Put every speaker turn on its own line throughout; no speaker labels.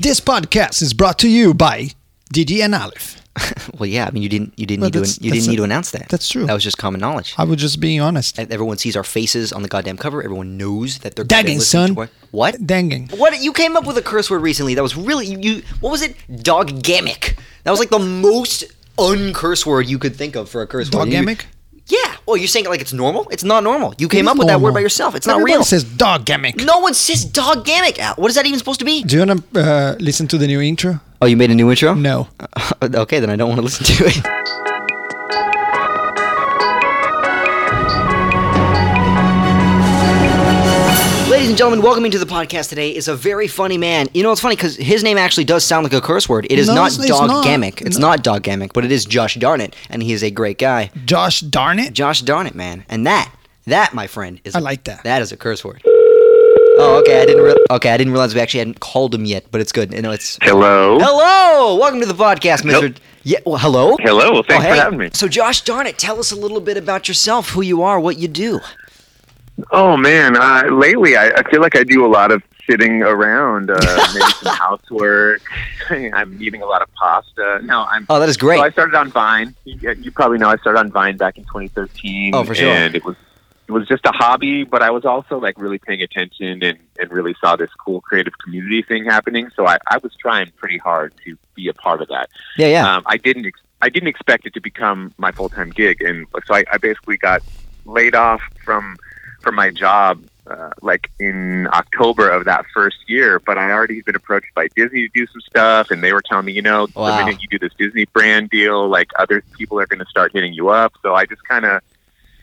This podcast is brought to you by DD and Aleph.
Well, yeah. I mean, you didn't you didn't
Well,
need to
that's-
you
that's
didn't
a-
need to announce that.
that's true. Uh,
That was just common knowledge.
I was just being honest.
And Everyone sees our faces on the goddamn cover. Everyone knows that they're they're
Danging,
listening
son.
to our- What?
Danging.
What you came up with a curse word recently that was really you, you what was it? Dogamic. That was like the most uncurse word you could think of for a curse word. You-
Dogamic?
Yeah. Well, you're saying it like it's normal? It's not normal. You came
is
up with that word
normal.
by yourself. It's
Everybody
not real.
says dog gimmick.
no one says dogamic out. What is that even supposed to be?
Do you want to uh, listen to the new intro?
Oh, you made a new intro?
No.
okay, then I don't want to listen to it. Ladies and gentlemen, welcoming to the podcast today is a very funny man. You know, it's funny because his name actually does sound like a curse word. It is
No,
not
it's- it's not.
dogamic. It's not dogamic, but it is Josh Darnett, and he is a great guy.
Josh darn it.
Josh Darnett, man, and that, that, my friend, is
I like that.
That is a curse word. Oh, okay. I didn't. Re- okay, I didn't realize we actually hadn't called him yet, but it's good. You know, it's
Hello.
Hello, welcome to the podcast, Mr.
Nope.
Yeah, well, hello.
Hello, well, thanks
Oh,
for
hey.
having me.
So, Josh, darn it, tell us a little bit about yourself, who you are, what you do.
Oh man, uh, lately I, I feel like I do a lot of sitting around, uh, maybe some housework. I'm eating a lot of pasta. No, I'm.
Oh, that is great.
So I started on Vine. You, you probably know I started on Vine back in 2013.
Oh, for sure.
And it was it was just a hobby, but I was also like really paying attention and and really saw this cool creative community thing happening. So I I was trying pretty hard to be a part of that.
yeah, yeah.
Um, I didn't ex- I didn't expect it to become my full time gig, and so I, I basically got laid off from from my job uh, like in October of that first year. But I already had been approached by Disney to do some stuff, and they were telling me, you know,
Wow.
the minute you do this Disney brand deal, like other people are going to start hitting you up. So I just kind of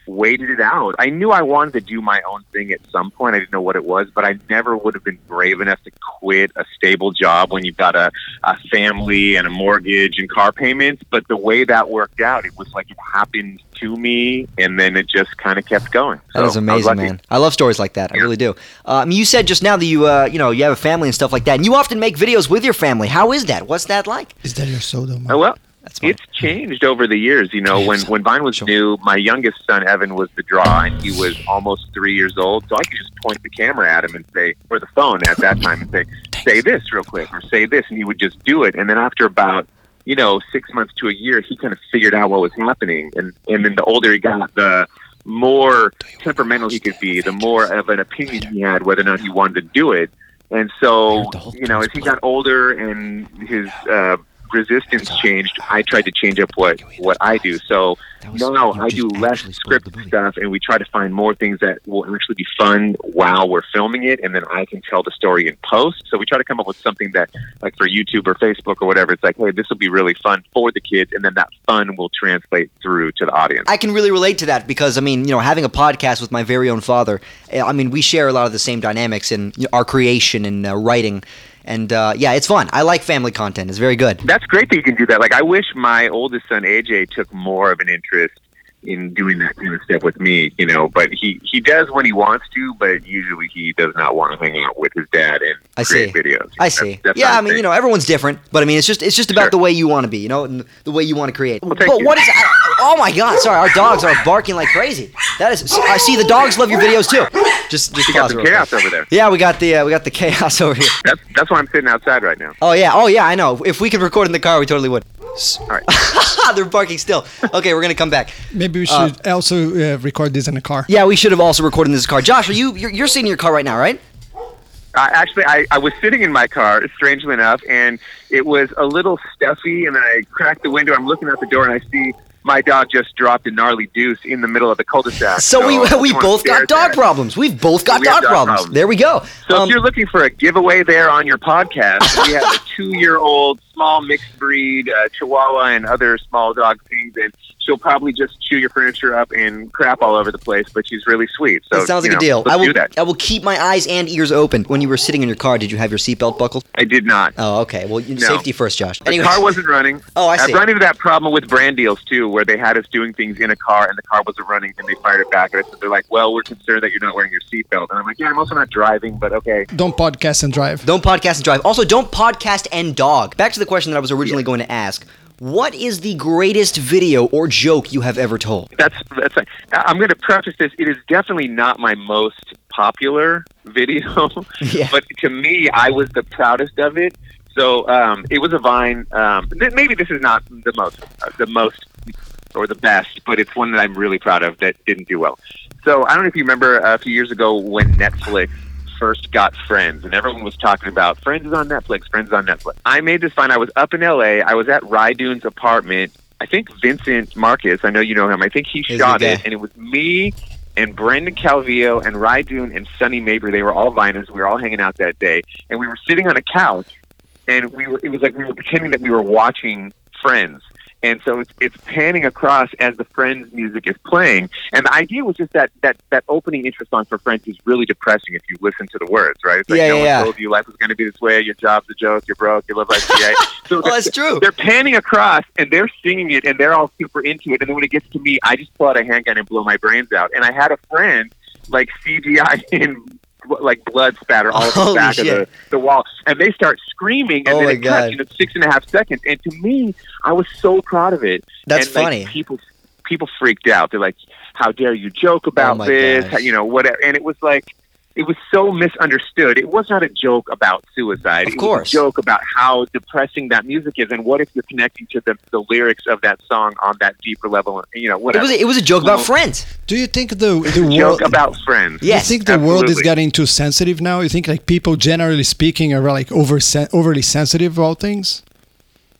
waited it out. I knew I wanted to do my own thing at some point. I didn't know what it was, but I never would have been brave enough to quit a stable job when you've got a, a family and a mortgage and car payments. But the way that worked out, it was like it happened to me, and then it just kind of kept going.
That is
So I was
amazing,
lucky.
man. I love stories like that. I really do. Uh, I mean, you said just now that you, uh, you know, you have a family and stuff like that, and you often make videos with your family. How is that? What's that like?
Is that your soda?
Oh, well,
That's fine.
it's changed over the years. You know, when
Yes.
when Vine was
Sure.
new, my youngest son Evan was the draw, and he was almost three years old. So I could just point the camera at him and say, or the phone at that time, and say, "Say this real quick," or "Say this," and he would just do it. And then after about you know six months to a year, he kind of figured out what was happening. And and then the older he got, the more temperamental he could be, the more of an opinion he had whether or not he wanted to do it. And so, you know, as he got older and his uh, resistance changed, I tried to change up what, what I do. So
That was-
now
you
I do
just
less
actually spoiled the
scripted
movie.
stuff, and we try to find more things that will actually be fun while we're filming it, and then I can tell the story in post. So we try to come up with something that, like for YouTube or Facebook or whatever, it's like, hey, this will be really fun for the kids, and then that fun will translate through to the audience.
I can really relate to that because I mean, you know, having a podcast with my very own father, eh, I mean, we share a lot of the same dynamics in you know, our creation and uh, writing, and uh, yeah, it's fun. I like family content; it's very good.
That's great that you can do that. Like, I wish my oldest son AJ took more of an interest in doing that kind of stuff with me, you know. But he he does when he wants to, but usually he does not want to hang out with his dad and
I
create
see.
videos.
I
That's-
see.
that's
yeah,
my
I mean,
thing.
you know, everyone's different, but I mean, it's just it's just about
Sure.
the way you want to be, you know, and the way you want to create.
Well, thank
but
you.
what is? I, oh my God! Sorry, our dogs are barking like crazy. That is. I see the dogs love your videos too. Just just
We got
pause
some
real quick.
chaos over there.
Yeah, we got the uh, we got the chaos over here.
That's that's why I'm sitting outside right now.
Oh yeah, oh yeah, I know. If we could record in the car, we totally would.
All right.
They're barking still. Okay, we're gonna come back.
Maybe we
Uh,
should also uh, record this in a car.
Yeah, we should have also recorded in this car. Josh, are you you're, you're sitting in your car right now, right?
I, actually, I, I was sitting in my car, strangely enough, and it was a little stuffy. And then I cracked the window. I'm looking out the door, and I see my dog just dropped a gnarly deuce in the middle of the cul-de-sac.
So
I just
we we
wanna
both
stare
got
at
dog
that.
problems. We've both got
We have
dog,
dog
problems.
problems.
There we go.
So
Um,
if you're looking for a giveaway there on your podcast, we have a two-year-old small mixed breed uh, Chihuahua and other small dog things, and she'll probably just chew your furniture up and crap all over the place. But she's really sweet. So
that sounds
you
like a
know,
deal.
Let's
I will
do that.
I will keep my eyes and ears open. When you were sitting in your car, did you have your seatbelt buckled?
I did not.
Oh, okay. Well, you
No.
safety first, Josh.
The
Anyway,
car wasn't running.
Oh, I see.
have run into that problem with brand deals too, where they had us doing things in a car and the car wasn't running, and they fired it back at us. They're like, "Well, we're concerned that you're not wearing your seatbelt," and I'm like, "Yeah, I'm also not driving, but okay."
Don't podcast and drive.
don't podcast and drive. Also, don't podcast and dog. Back to the question that I was originally going to ask. What is the greatest video or joke you have ever told?
that's that's. I- I'm going to preface this. It is definitely not my most popular video,
Yeah.
but to me, I was the proudest of it. So um, it was a vine. Um, th- maybe this is not the most, uh, the most, or the best, but it's one that I'm really proud of that didn't do well. So I don't know if you remember uh, a few years ago when Netflix first got Friends, and everyone was talking about Friends is on Netflix, Friends is on Netflix. I made this find. I was up in L.A. I was at Rydoon's apartment. I think Vincent Marcus. I know you know him. I think he
He's
shot
the guy.
it, and it was me and Brendan Calvillo and Rydoon and Sonny Mabry. They were all viners. We were all hanging out that day, and we were sitting on a couch, and we were. It was like we were pretending that we were watching Friends. And so it's, it's panning across as the Friends music is playing, and the idea was just that that that opening intro song for Friends is really depressing if you listen to the words, right? It's like
Yeah,
no
yeah,
one
yeah.
told you life was going to be this way. Your job's a joke. You're broke. You live like yeah. so
Well, that's true.
they're panning across and they're singing it and they're all super into it. And then when it gets to me, I just pull out a handgun and blow my brains out. And I had a friend like CGI in like blood spatter all over the
Holy
back
shit.
of the, the wall, and they start screaming. And
Oh
then
my
it cuts
God.
you know, six and a half seconds. And to me, I was so proud of it.
That's
And, like,
funny.
people people freaked out. They're like, "How dare you joke about
Oh my
this?"
gosh.
You know, whatever. And it was like. It was so misunderstood. It was not a joke about
Of
suicide. It was a
course.
joke about how depressing that music is, and what if you're connecting to the, the lyrics of that song on that deeper level? You know,
It
whatever.
was it was a joke
Well,
about friends.
Do you think the the
joke
world?
about friends.
do you
Yes,
think the world is
absolutely.
getting too sensitive now? You think like people, generally speaking, are like over overly sensitive about things?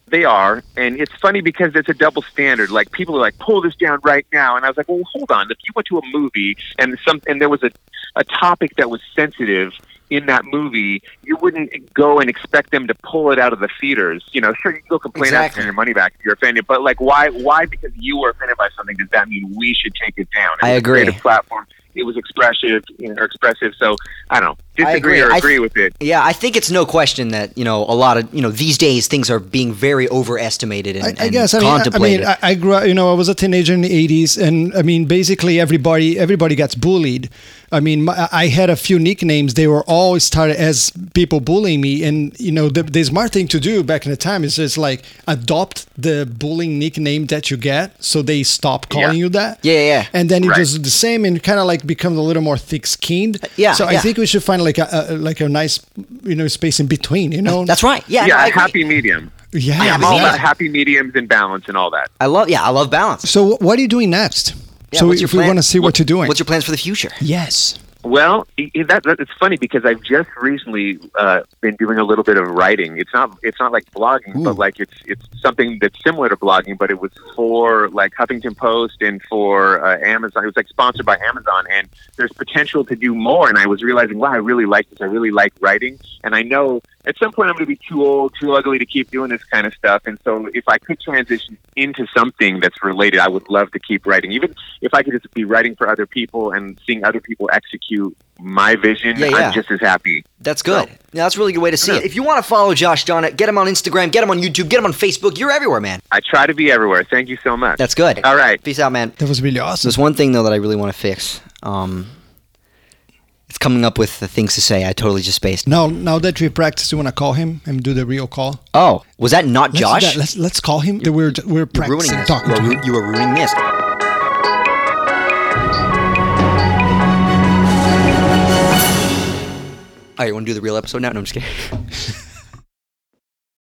They are, and it's funny because it's a double standard. Like people are like, "Pull this down right now," and I was like, "Well, hold on. If you went to a movie and some and there was a a topic that was sensitive in that movie, you wouldn't go and expect them to pull it out of the theaters. You know, sure, you can go complain after
Exactly.
your money back if you're offended, but like, why? Why? Because you were offended by something does that mean we should take it down? It
I
was a
agree.
creative platform. It was expressive, you know, or expressive. So I don't know,
I
disagree
agree.
or
I th-
agree with it.
Yeah, I think it's no question that you know a lot of you know these days things are being very overestimated and,
I, I
and
guess. I mean, I, I
contemplated.
mean, I, I grew. Up, you know, I was a teenager in the '80s, and I mean, basically everybody everybody gets bullied. I mean, my, I had a few nicknames. They were all started as people bullying me, and you know, the, the smart thing to do back in the time is just like adopt the bullying nickname that you get, so they stop calling
Yeah.
you that.
Yeah, yeah, yeah.
And then you
Right.
just do the same, and kind of like becomes a little more thick-skinned.
Uh, yeah,
So I
yeah.
think we should find like a, a like a nice, you know, space in between. You know.
That's right. Yeah, no,
yeah,
I
a
agree.
happy medium.
Yeah.
I'm all
exactly.
about happy mediums and balance and all that.
I love. Yeah, I love balance.
So wh- what are you doing next?
Yeah,
so
what's your
if we
plan-
want to see what you're doing.
What's your plans for the future?
yes.
Well, i- i- that, that it's funny because I've just recently uh, been doing a little bit of writing. It's not it's not like blogging, but like it's it's something that's similar to blogging, but it was for like Huffington Post and for uh, Amazon. It was like sponsored by Amazon, and there's potential to do more. And I was realizing, wow, I really like this. I really like writing, and I know at some point I'm going to be too old, too ugly to keep doing this kind of stuff. And so, if I could transition into something that's related, I would love to keep writing. Even if I could just be writing for other people and seeing other people execute my vision,
Yeah, yeah.
I'm just as happy.
That's good. Yeah, that's a really good way to see
Yeah.
it. If you want to follow Josh Donnet, get him on Instagram, get him on YouTube, get him on Facebook. You're everywhere, man.
I try to be everywhere. Thank you so much.
That's good.
All right.
Peace out, man.
That was really awesome.
There's one thing though that I really want to fix. Um, it's coming up with the things to say. I totally just spaced.
Now, now that we practiced, you want to call him and do the real call?
Oh, was that not
Let's do
Josh?
that. Let's let's call him. That we're we're
You're
practicing
ruining this.
talking
You
to
are,
him.
ru- you are ruining this. All right, you want to do the real episode now? No, I'm just kidding.